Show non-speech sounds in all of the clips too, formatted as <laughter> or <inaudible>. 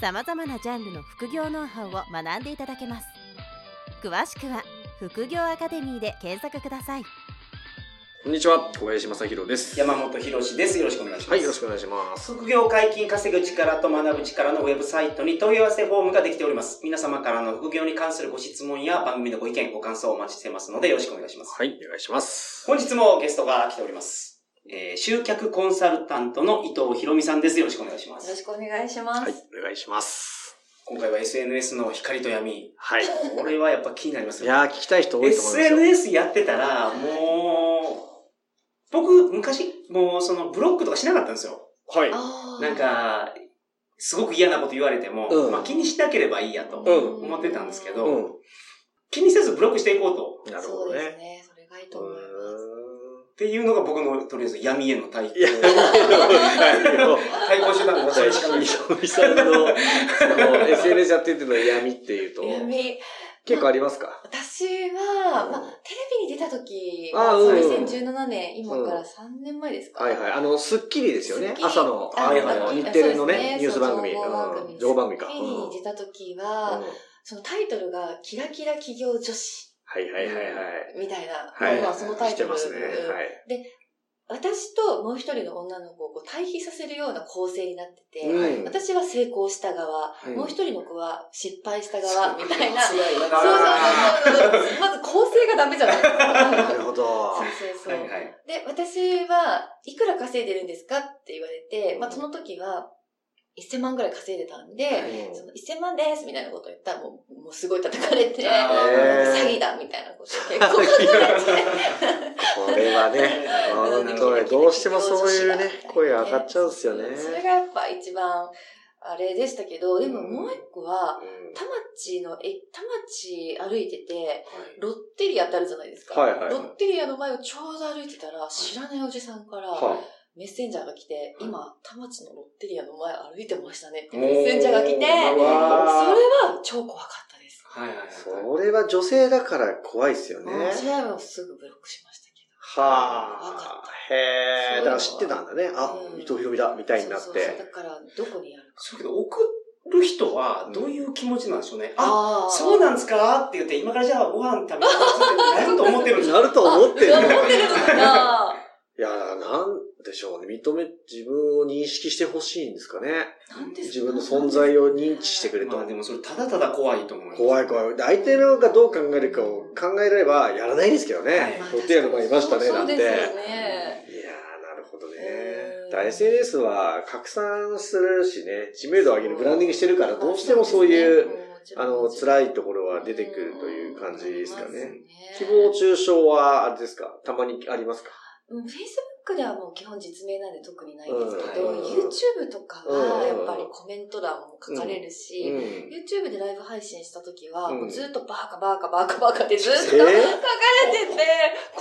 さまざまなジャンルの副業ノウハウを学んでいただけます詳しくは「副業アカデミー」で検索くださいこんにちは、小林正弘です。山本博史です。よろしくお願いします。はい、よろしくお願いします。副業解禁稼ぐ力と学ぶ力のウェブサイトに問い合わせフォームができております。皆様からの副業に関するご質問や番組のご意見、ご感想をお待ちしてますのでよろしくお願いします。はい、お願いします。本日もゲストが来ております。えー集客コンサルタントの伊藤博美さんです。よろしくお願いしまよろす。しくお願いします。はい、お願いします。今回は SNS の光と闇。はい。いこれはやっぱ気になりますよね。やー、聞きたい人多いと思いますよ。 SNS やってたら、もう、僕、昔、もうそのブロックとかしなかったんですよ。はい。あーなん、か、すごく嫌なこと言われても、うんまあ気にしなければいいやとうん思ってたんですけど、う気にせずブロックしていこうと。ん。なるほそうどですね。ね。それがいいと思います。うっていうのが僕のとりあえず闇への対ー抗ん。いや、いやいや対抗手段の小最しかない。林さんの、その、SNS やってての闇っていうと、闇、結構ありますか私は、まあ、テレビに出た時、あーうん2017年、今から3年前ですか、はいはい。あの、スッキリですよスッねキ。リ朝の、あはいはいあの日テレのそうですね、ニュース番組。そう情報番組うでんす情報番組か。テレうビんに出た時うはん、そのタイトルが、キラキラ企業女子、はいはいはいみたいな、はい。はい。まあ、そのタイトル。してますね。はい。私ともう一人の女の子をこう対比させるような構成になってて、うん私は成功した側、うんもう一人の子は失敗した側、みた <laughs> いな。強いなそうそうそうそう。まず構成がダ <laughs> メじゃないですなか。るほど。そうはそうそう。はいはい。で、私はいくら稼いでるんですかって言われて、まあその時は1000万ぐらい稼いでたんで、いその1000万ですみたいなこと言ったらもう、もうすごい叩かれて、あー詐欺だみたいなこと結 <laughs> 構叩かれて。これはね、う本ん当にどうしてもそういう <laughs> ね、声が上がっちゃうんですよね。それがやっぱ一番、あれでしたけど、でももう一個は、田町の、え、田町歩いてて、ロッテリアってあるじゃないですか。はいはいはいロッテリアの前をちょうど歩いてたら、知らないおじさんから、はメッセンジャーが来て、はい今、田町のロッテリアの前歩いてましたねっておーメッセンジャーが来て、それうわーは超怖かったです。はいはいはいい。それは女性だから怖いですよね。もうそれはもうすぐブロックしましたけわはかあ。へえ。そうだから知ってたんだね。あう、ん伊藤博美だ、みたど。いになっそうそうそうだて。から、どこにやるか。そうけど、送る人はどういう気持ちなんでしょうね。あ、あーそうなんですかって言って、今からじゃあご飯食べますってなると思ってるんですなよ。ると思ってるあ思ってるのかないや、なんでしょうね。認め、自分を認識してほしいんですかね。なんです自分の存在を認知してくれまあとで。もそれただただ怖いと思います。怖い怖い。で相手のがどう考えるかを考えればやらないですけどはねい。お手入れの前いましたね、そなうんでて。すよねね。いやー、なるほどねうん。だから SNS は拡散するしね、知名度を上げるブランディングしてるから、どうしてもそういう、ん、もちろあんの、もちろん辛いところは出てくるという感じですかうんありね。ます誹ね謗中傷は、あれですかたまにありますかうん Facebook ではもう基本実名なんで特にないんですけど、うん YouTube とかはやっぱりコメント欄も書かれるうし、ん。 YouTube でライブ配信した時は、うんもうずっとバーカバーカバーカバーカってずっと書かれてて <laughs> え、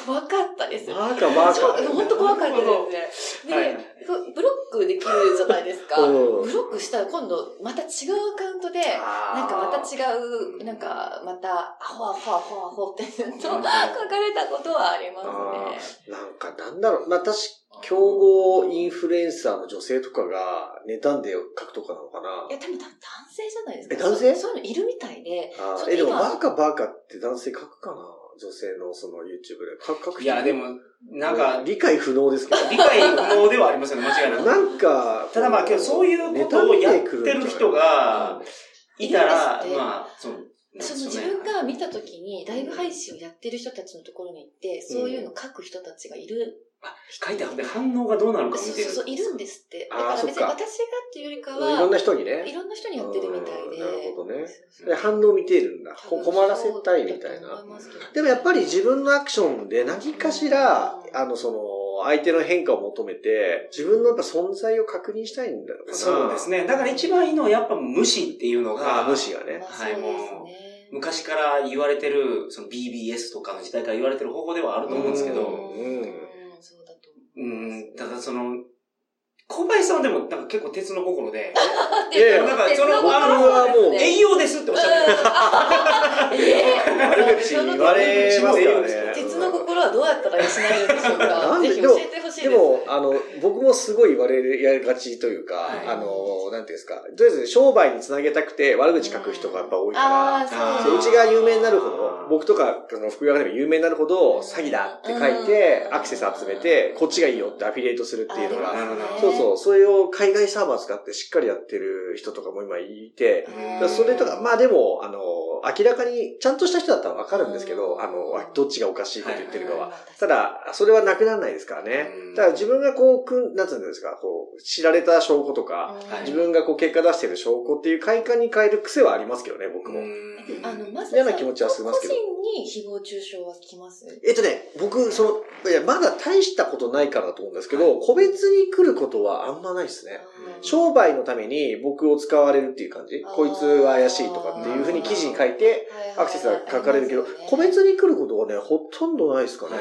怖かったですー、。バーカバーカ。本当怖かったですね。で、はいこうブロックできるじゃないですか。うブんロックしたら今度また違うアカウントで、ななんかまた違う、なんかまた、アホアホアホアホってずっと書かれたことはありますね。なんかなんだろう。まあ、確か、競合インフルエンサーの女性とかが、妬んで書くとかなのかいや、なでも多分男性じゃないですか。え男性そうそういうのいるみたいで。あちょっーとえ、でも、今バーカバーカって男性書くかな女性のその YouTube で。書く書く人いや、で、も、なんか、理解不能ですけど。理解不能ではありますよね、 <laughs> 間違いなく。なんか、ただまあ、けどそういうことをやってる人がいたら、うんまあ、その、その自分が見た時にライブ配信をやってる人たちのところに行って、そういうの書く人たちがいる。書いてあって反応がどうなるかそう見てる。そうそう、いるんですって。だあーから別にそっか私がっていうよりかいろんは、な人にいね。ろんな人にやってるみたいで。うんなるほどねそうそうで反応を見ているんだ。こ多分困らせたいみたいそうだなと。思いますけどでもやっぱり自分のアクションで何かしらう、んあの、その、の、相手の変化を求めて、自分のやっぱ存在を確認したいんだろうな。そうです。ね。だから一番いいのはやっぱ無視っていうのあが、無視がねまあ。はいそうもうですね。昔から言われてる、その BBS とかの時代から言われてる方法ではあると思うんですけど、うんうんそうだとう思いますん、ただその、小林さんはでもなんか結構鉄の心 <laughs> で、いやいやなんかその僕あの僕はもう栄養ですっておっしゃってる。 <laughs> 悪口言われますからね。鉄の心はどうやったら養えるんでしょうなか。んでぜひ教えてほしいでです。も、あの、僕もすごい言われる、やりがちというか、はいあの、なんていうんですか、とりあえず商売につなげたくて悪口書く人がやっぱ多いから、あーそうそううちが有名になるほあどー、僕とか、その、福岡でも有名になるほど、詐欺だって書いてう、ん。アクセス集めて、こっちがいいよってアフィリエイトするっていうのあーが、なるほどそうそうう、それを海外サーバー使ってしっかりやってる人とかも今いて、だうかんらそれとか、まあでも、あの、明らかに、ちゃんとした人だったらわかるんですけうど、んあの、どっちがおかしいこと言ってるかは。うん。ただ、それはなくならないですからねうん。だから自分がこう、くんなんつうんですか、こう、知られた証拠とか、うんはい自分がこう、結果出してる証拠っていう快感に変える癖はありますけどね、僕も。うんあの、まず嫌な気持ちはしますけど個人に誹謗中傷は来ますえっとね、僕、その、いや、まだ大したことないからだと思うんですけど、は個別に来ることはあんまないですね。商売のために僕を使われるっていう感じあーこいつは怪しいとかっていうふうに記事に書いて、アクセスが書かれるけど、個別にに来ることはね、ほとんどないですかね。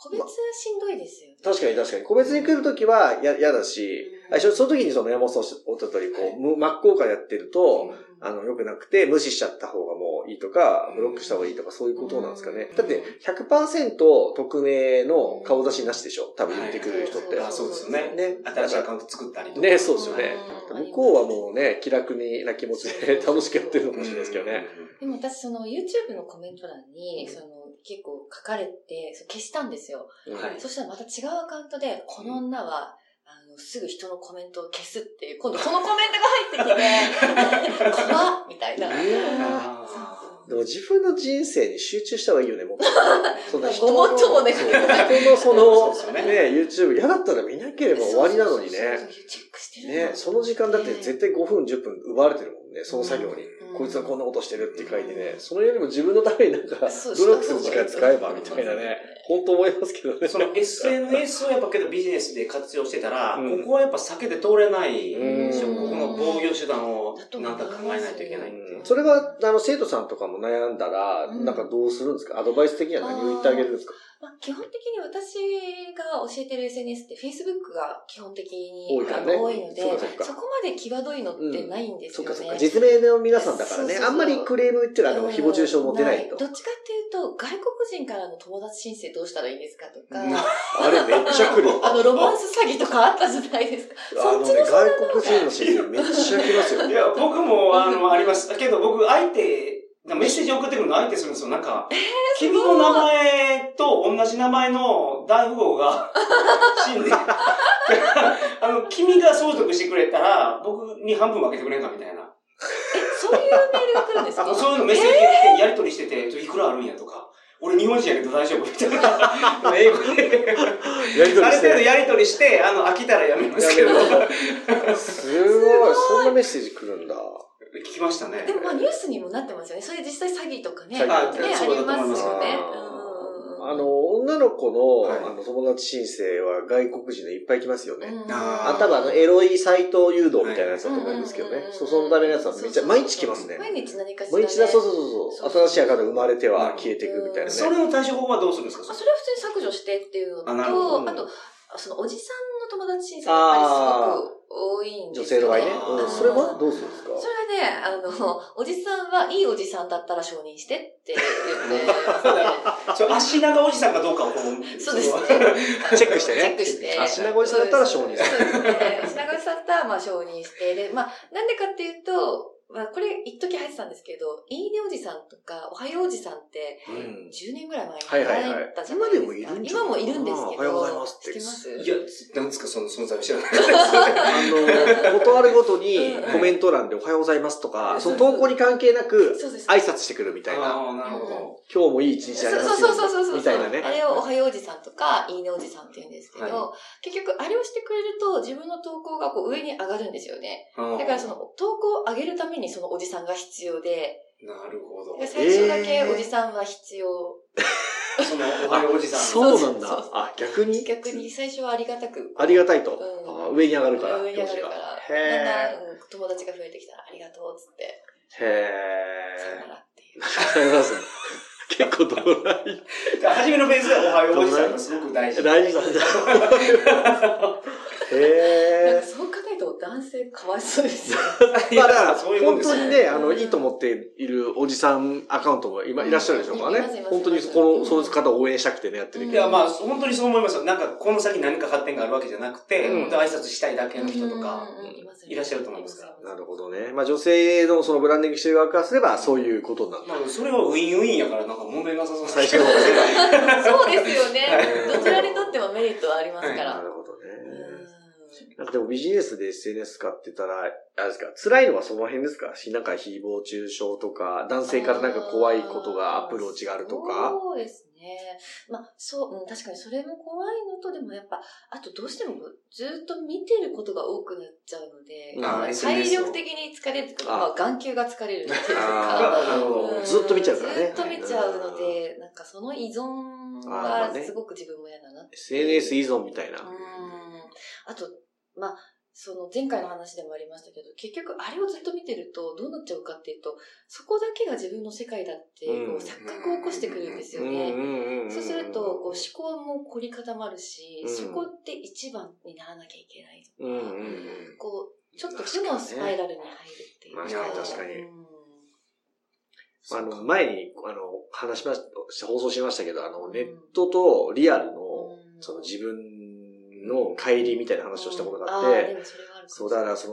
個別しんどいですよね。確かに確かに。個別に来るときはや嫌だし、あその時にその山本さんおっしゃった通り、こう、む真っ向からやってると、あの、良くなくて、無視しちゃった方がもういいとか、ブロックした方がいいとか、そういうことなんですかねうん。だって、100%匿名の顔出しなしでしょ多分言ってくる人って。あそうですよね。ね。新しいアカウント作ったりとか。ね、そうですよね。うん向こうはもうね、気楽にな気持ちで <laughs> 楽しくやってるのかもしれないですけどね。でも私、その YouTube のコメント欄に、その結構書かれて、そう消したんですよ。うんはいそしたらまた違うアカウントで、この女は、あの、すぐ人のコメントを消すっていう、今度そのコメントが入ってき <laughs> て、怖っみたいな。あでも自分の人生に集中した方がいいよね、もう。 <laughs> その人ごもっともねそう人のそ <laughs> の、そうでねすよ、 YouTube 嫌だったら見なければ終わりなのにねそう。そうそうそうチェックしてるんね、だその時間だって絶対5分、10分奪われてるもんね、その作業に。うんこいつはこんなことしてるって書いてね、それよりも自分のためになんか、努力そうする時間使えばみたいなね、本当思いますけどね。 <laughs> その SNS をやっぱけどビジネスで活用してたら、うんここはやっぱ避けて通れない、うんこの防御手段をだと思いなんますだ考えないといけないっていううんそれは、あの、生徒さんとかも悩んだら、うんなんかどうするんですかアドバイス的には何を言ってあげるんですかまあ、基本的に私が教えてる SNS って Facebook が基本的に多いからねあの多いのでそうかそうかそこまで際どいのってないんですそっよね。かそっか。実名の皆さんだからそうそうね、そうあんまりクレームっていうか、あの、誹謗中傷も出ないとど。っちかっていうと、外国人からの友達申請どうしたらいいんですかとか、うんあれめっちゃ <laughs> 来る。あの、ロマンス詐欺とかあったじゃないですか。あのそっね、ちの相談外国人の先生めっちゃ来ます <laughs> よ。いや、僕も、あの、あります。けど、僕、相手、メッセージ送ってくるの相手するんですよ。なんか、君の名前と同じ名前の大富豪 <laughs> が死んで、あの、君が相続してくれたら、僕に半分分けてくれんかみたいな。え、そういうメールが来るんです <laughs> かそういうのメッセージ来て、やり取りしてて、ちょいくらあるんやとか、俺日本人やけど大丈夫みたいな。英語で。やりとりあるし程度て。やり取りして、あの、飽きたらやめますけどや。すごい。そんなメッセージ来るんだ。聞きましたね。でもまあニュースにもなってますよね。それ実際詐欺とかね。詐ね、あ欺りますよね。あーうんうんうんあの、女の子の、はいあの、友達申請は外国人でいっぱい来ますよね。うんああ多分あの、エロいサイト誘導みたいなやつだとうんう思んううんんうんですけどね。そう、そのためのやつはめっちゃ、毎日来ますね。毎日何かしら、毎ね。日だ、そうそうそうそう。そ新うしいアカウント生まれては消えていくみたいなね。それの対処法はどうするんですかあそれは普通に削除してっていうのと、ああなるほどと、そのおじさんの友達申請がやっぱりすごく多いんで女すよ性の場合ね。あーうんそれはどうするんですかそれはね、あの、おじさんはいいおじさんだったら承認してって <laughs> 言ってますね。それ足長おじさんかどうかをこうそうですね。チェックしてねチェックして。あ品越しだったら承認するそうですね。品越しだったら、まあ承認して。で、まあ、なんでかっていうと、まあ、これ、一時流行ってたんですけど、いいねおじさんとか、おはようおじさんって、う10年ぐらい前にはいはいはい流行ったじゃないで今ですか。もいるんじゃな今いもいるんですけど。あーおはようございますって知ってますいや、なんですか、その存在を知らない。あの、断るごとにうんコメント欄でおはようございますとうか、んその投稿に関係なくそうです。挨拶してくるみたいな。あー、なるほ今日もいい一日ありますそうそうそうそうそうよそうみたいなねあ。れをおはようおじさんとか、いいねおじさんって言うんですけど、は結局、あれをしてくれると、自分の投稿がこう上に上がるんですよね。ど。だからその、投稿を上げるためにそのおじさんが必要で、なるほどで。最初だけおじさんは必要。その、おはようおじさん。そうなんだそうそうそう。あ、逆に逆に最初はありがたく。ありがたいと。うんあ上に上がるから。上に上がるか教師がら。だんへだんうん友達が増えてきたらありがとうっつって、え。さよなへらっていう。え。さよならする <laughs> 結構ドライ。初めのフェーズでおはようおじさんがすごく大事。大事 <laughs> なんだ。へ <laughs> なんえか。そう考えると男性かわいそうですよ。まあだから、 <laughs> そういうもん本ですよ当にね、あの、いいと思っているおじさんアカウントも今いらっしゃるでしょうからいますいねま。す本当にこうの、んその方を応援したくてね、やってるうんいや、まあ、本当にそう思いますよ。なんか、この先何か発展があるわけじゃなくて、うん本当挨拶したいだけの人とか。うんうんいますよいねらっしゃると思いますからなるほどね。まあ女性のそのブランディングしてる側からすれば、そういうことになる。まあ、それはウィンウィンやから、なんか問題なさそうな最初の <laughs> 方ね。そうですよねは。いどちらにとってもメリットはありますかなら。るほどうね。んなんかでもビジネスで SNS 使ってたら、あれですか、辛いのはその辺ですかしなんか誹謗中傷とか、男性からなんか怖いことがアプローチがあるとあーか。そうですね。まあ、そう、うん、確かにそれも怖いのと、でもやっぱ、あとどうしてもずっと見てることが多くなっちゃうので、あー <laughs> まあ SNS 体力的に疲れるとか、あまあ、眼球が疲れるっていうか、あーなるほうど。んずっと見ちゃうからね。ずっと見ちゃうので、なんかその依存あーまあがねすごく自分も嫌だなって。 SNS 依存みたいな。うんあと、まあ、その前回の話でもありましたけど、結局あれをずっと見てるとどうなっちゃうかっていうと、そこだけが自分の世界だって、こううん錯覚を起こしてくるんですよね。そうすると、こう思考も凝り固まるし、うんそこって一番にならなきゃいけないとうんうんか、うんこう、ちょっと負のスパイラルに入るっていう確かに確かにうんあの、前に、あの、話しました、放送しましたけど、あの、うんネットとリアルの、うんその自分の帰りみたいな話をしたことがあっうんーて、でもそれはあるかもしそれないう、だからそ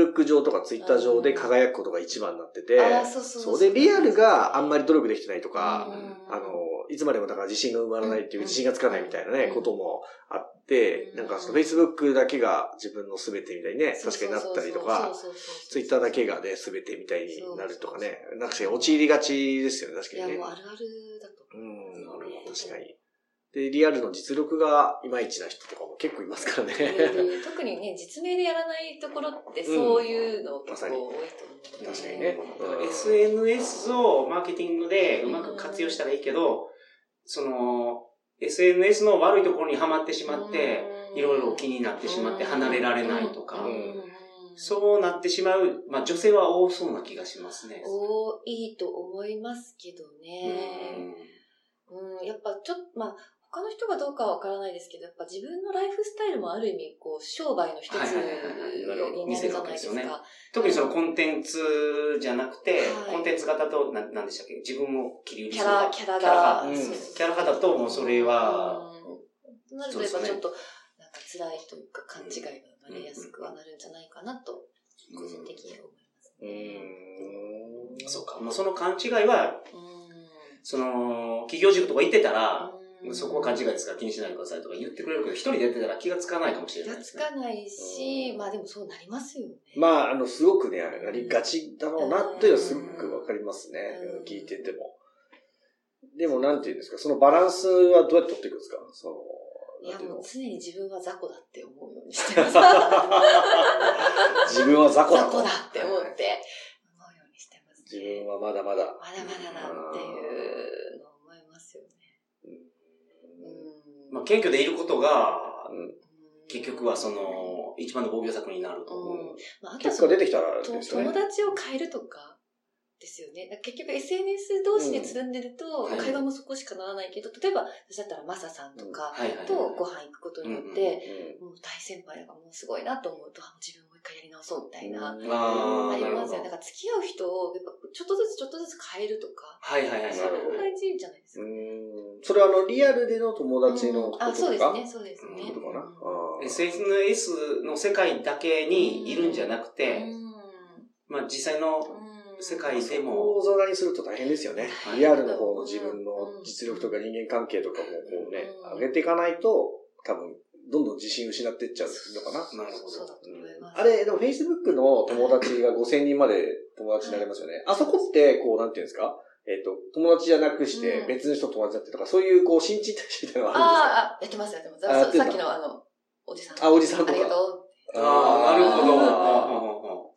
の、Facebook 上とか Twitter 上で輝くことが一番になってて、あーそうそうそうで、リアルがあんまり努力できてないとか、うんあの、いつまでもだから自信が生まれないっていうう、ん自信がつかないみたいなね、うんこともあってう、んなんかその Facebook だけが自分の全てみたいにね、確かになったりとか、そうそうそうそう、 Twitter だけがね、全てみたいになるとかそうねそうそ、なうんか陥りがちですよね、確かいや、にね。もうあるあるだとう思ん、なるほど確かに。で、リアルの実力がいまいちな人とかも結構いますからね。う。特にね、実名でやらないところってそういうの結構多いと思う、 <laughs> 確かにね。うん SNS をマーケティングでうまく活用したらいいけど、その、SNS の悪いところにはまってしまって、いろいろ気になってしまって離れられないとかうん、う。そうなってしまう、まあ女性は多そうな気がしますね。多いと思いますけどね。うん、やっぱちょっと、まあ、他の人がどうかはわからないですけど、やっぱ自分のライフスタイルもある意味、こう、商売の一つはいはいはいはいにななるほどるじゃないで見せるわけですよすねか。特にそのコンテンツじゃなくて、はいコンテンツ型と、ななんでしたっけ自分を切り売りキすャるラ、キャラキャラが。派うんそうそうそうキャラ派だともうそれは、うんなるとやっぱちょっと、なんか辛いというか勘違いが生まれやすくはなるんじゃないかなと、個人的には思いますね。うんそうか、もうその勘違いは、うその、企業塾とか行ってたら、んそこは勘違いですから気にしないでくださいとか言ってくれるけど、一人でやってたら気がつかないかもし気れないがでつすね。かないし、まあでもそうなりますよね。まあ、あの、すごくね、ありがちだろうな、というのはすごくわかりますねうん。うん聞いてても。でも、なんていうんですか、そのバランスはどうやって取っていくんですかそいの、なやんていうもうの常に自分は雑魚だって思うようにして <laughs> ます。自分は雑魚だ雑と。魚だって思って、思うようにしてます自ね分。はまだまだ。まだまだなんていうのを思いますよね。うんまあ、謙虚でいることが、うん結局はその、一番の防御策になると思う。うんまあ、あとは結そ果の出てきたらですよ友ね。達を変えるとかですよね。だから結局 SNS 同士でつるんでると、うんはい会話もそこしかならないけど、例えば、私だったらマサさんとはかいはいはい。とご飯行くことによっうんて、もう大先輩がもうすごいなと思うと、あもう自分もう一回やり直そうみたいな、うんあーありなるほますどよね。だから付き合う人を、やっぱちょっとずつちょっとずつ変えるとか、はいはいはい。そなるほれもど大事じゃないですうか。んそれはあの、リアルでの友達のうこととんか。あ、そうですね、そうですうね。んことかな。あー SNS の世界だけにいるんじゃなくうて、んまあ実際のうん世界でそこも、をざらにすると大変ですよね。はいリアルの方の自分の実力とか人間関係とかもこうね、うん上げていかないと、多分、どんどん自信失っていっちゃうのかな。なるほそうどだ。と思います。あれ、でも Facebook の友達が5000人まで友達になりますよね。あそこって、こう、なんていうんですかえっ、と、友達じゃなくしてうん別の人と友達だってとか、そういう、こう、新陳代謝みたいなのがあるんですかああ、やってます、やってます。あやさってんださっきのあの、おじさん。あおじさんとかありがとう。ああ、なるほどうんうんあー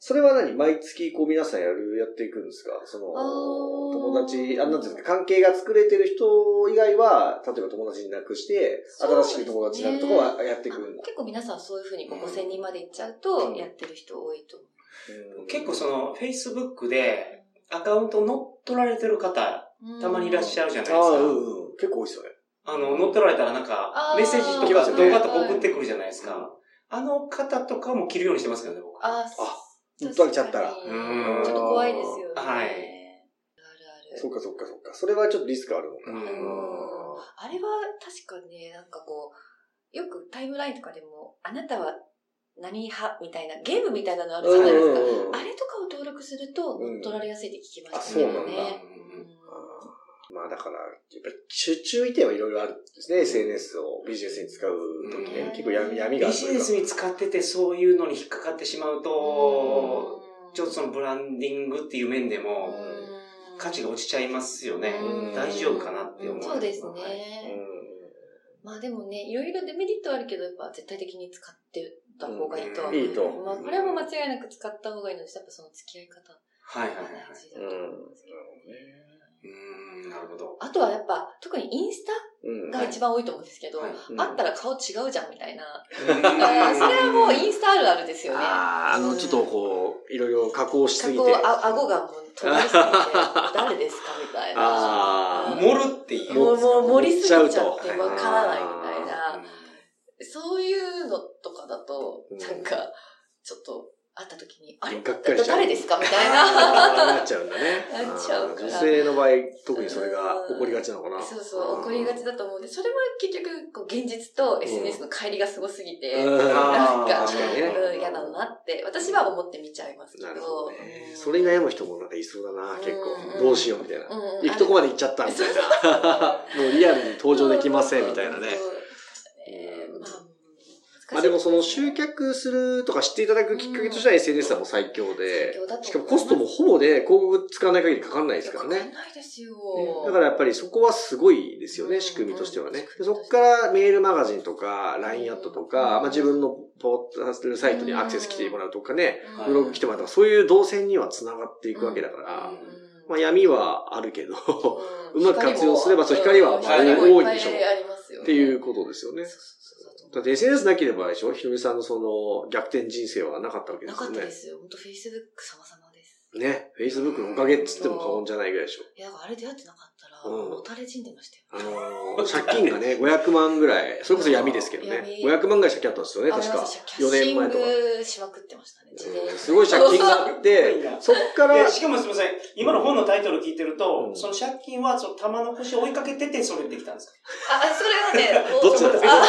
それは何毎月こう皆さんやる、やっていくんですかその、あー友達、あ、なんていうんですか、関係が作れてる人以外は、例えば友達になくして、そう新でしすねく友達になるとかはやっていくんだ。結構皆さんそういうふうにこうこん5000人まで行っちゃうとうんやってる人多いと思う。うんううんん結構その、Facebook でアカウント乗っ取られてる方、たまにいらっしゃるじゃないですか。ああ、うんうん。結構多いっすよね。あの、乗っ取られたらなんかあ、ーメッセージと来まかすよね動画とか送ってくるじゃないですか。あの方とかも着るようにしてますけどね、僕。あ乗っ取られちゃったら確かうにんちょっと怖いですよね。はいあるある。そっかそっかそっか。それはちょっとリスクあるもうんな。んあれは確かね、なんかこう、よくタイムラインとかでも、あなたは何派みたいな、ゲームみたいなのあるじゃないですか。うんうんうんあれとかを登録すると乗っ取られやすいって聞きましたそうけなどんだね。うんまあだから、やっぱり注注意点はいろいろあるんですね。SNS をビジネスに使うときうんね。結構闇闇があビるとジいうネかスに使っててそういうのに引っかかってしまうと、ちょっとそのブランディングっていう面でも価値が落ちちゃいますよねう。ん大丈夫かなって思う。そうですね。うまあでもね、いろいろデメリットはあるけど、やっぱ絶対的に使ってた方がいいとは思う。んいいと。まあこれはもう間違いなく使った方がいいので、やっぱその付き合い方がはいはいはい。大事だと思うんですけどね。うん、なるほど。あとはやっぱ、特にインスうん。タが一番多いと思うんですけど、はいうんあったら顔違うじゃんみたいな。それあーそれはもうインスタあるあるですよね。ああ、あの、ちょっとこう、いろいろ加工しす加ぎて。工、あ、顎がもう尖りすぎて、誰ですかみたいあな。ーも盛るっていう。う、もう盛りすぎちゃっ盛てっちゃうとわからないみたいうんな。そういうのとかだと、うんなんか、ちょっと、会った時に、あれがっかりしちゃう誰ですかみたいあーなな。っちゃうんだね。 <laughs> なっちゃうからあー女性の場合、特にそれが起こりがちなのかな。そうそう、怒りがちだと思うんで、それは結局、こう、現実と SNS の乖離がすごすぎて、うんなんか、あー確かにねうん嫌だなって、私は思って見ちゃいますけど。なるほどねう。んそれに悩む人もなんかいそうだな、結う構。んどうしようみたいな。うんうん行くとこまで行っちゃったみ <laughs> たい <laughs> な。もうリアルに登場できませんみたいなね。そうそうそうまあまあでもその集客するとか知っていただくきっかけとしては SNS はもう最強で最強だと思いま、すしかもコストもほぼで広告使わない限りかかんないで難しいすですかかららねね。。わかんないですよ。だからやっぱりそこはすごいですようね、ん仕組みとしてはね。うんでそこからメールマガジンとか、LINE アットとか、うまんあ自分のポータルサイトにアクセス来てもらうとかね、うん、はいブログ来てもらうとか、そういう動線には繋がっていくわけだかうらん、まあ闇はあるけど、うまく活用すればそう光も光はまあ光も多いでしょうっぱありますよっていうことですよねそう。そうそうだって SNS なければあれでしょひろみさんのその逆転人生はなかったわけでなすかよったねで。すよ。本当 Facebook 様々です。ね、Facebook のおかげっつっても過言じゃないぐらいでしょ。いや、あれ出会ってなかったら、うんもたれ死んでましたあよ。のー、借金が <laughs> ね、500万ぐらい、それこそ闇ですけどね。闇500万ぐらい借金あったんですよね、あ確りまかした。キ4ャッシ年ン前とか。グしまくってましたね、自転車すごい借金があって、 <laughs> そっからで、しかもすみません、今の本のタイトル聞いてると、うんその借金はその玉の腰を追いかけてて、それできたんですかあ、それはね、 <laughs> どっちなんですかあ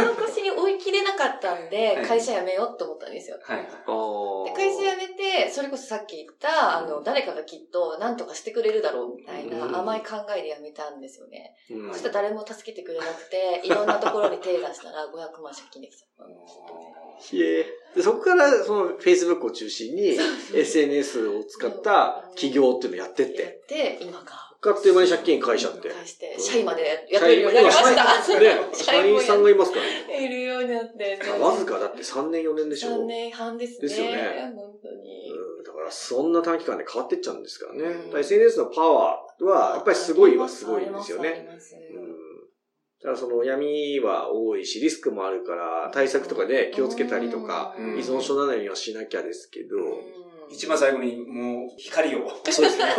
頭の腰に追い切れなかったんでは、い会社辞めようと思ったんですよ。はい。あーで会社辞めて、それこそさっき言った、あの、誰かがきっと何とかしてくれるだろうみたいうんな甘い考えで辞めたんですよね。うんそしたら誰も助けてくれなくて、いろんなところに手出したら500万借金できちゃった。ひえで、そこから、その、Facebook を中心に、SNS を使った企業っていうのやってっやて、って、今が。あっという間に借金返しちゃって。返して、社員まで雇えるようになりました。 <laughs> ね、社員さんがいますからね。いるようになって。わずかだって3年4年でしょ。 3年半ですね。ですよね本当に。うんだから、そんな短期間で変わってっちゃうんですからね。うんだから SNS のパワーは、やっぱりすごいはすごいんですよありね。ますありうまんすだからその闇は多いし、リスクもあるから、対策とかで気をつけたりとか、うんうん依存症なのにはしなきゃですけど、うん一番最後に、もう、光を。そうですね。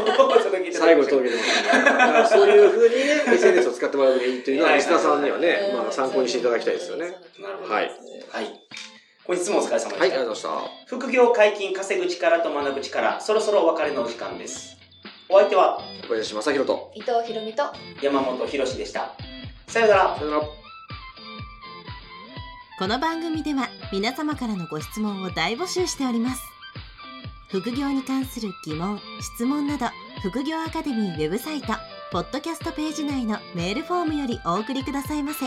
最 <laughs> 最後に届けてもらっただからそういう風にね、SNS を使ってもらうのがいいというのは、はいリスナーさんにはねう、んまあ参考にしていただきたいですよね。はい、なるほどはいはい。ご質問お疲れ様でした。ありがとうございました。副業解禁、稼ぐ力と学ぶ力、そろそろお別れのお時間です。お相手は、小林正宏と。伊藤博美と山本博史でした。さようならさ。よなら。この番組では皆様からのご質問を大募集しております副業に関する疑問・質問など副業アカデミーウェブサイトポッドキャストページ内のメールフォームよりお送りくださいませ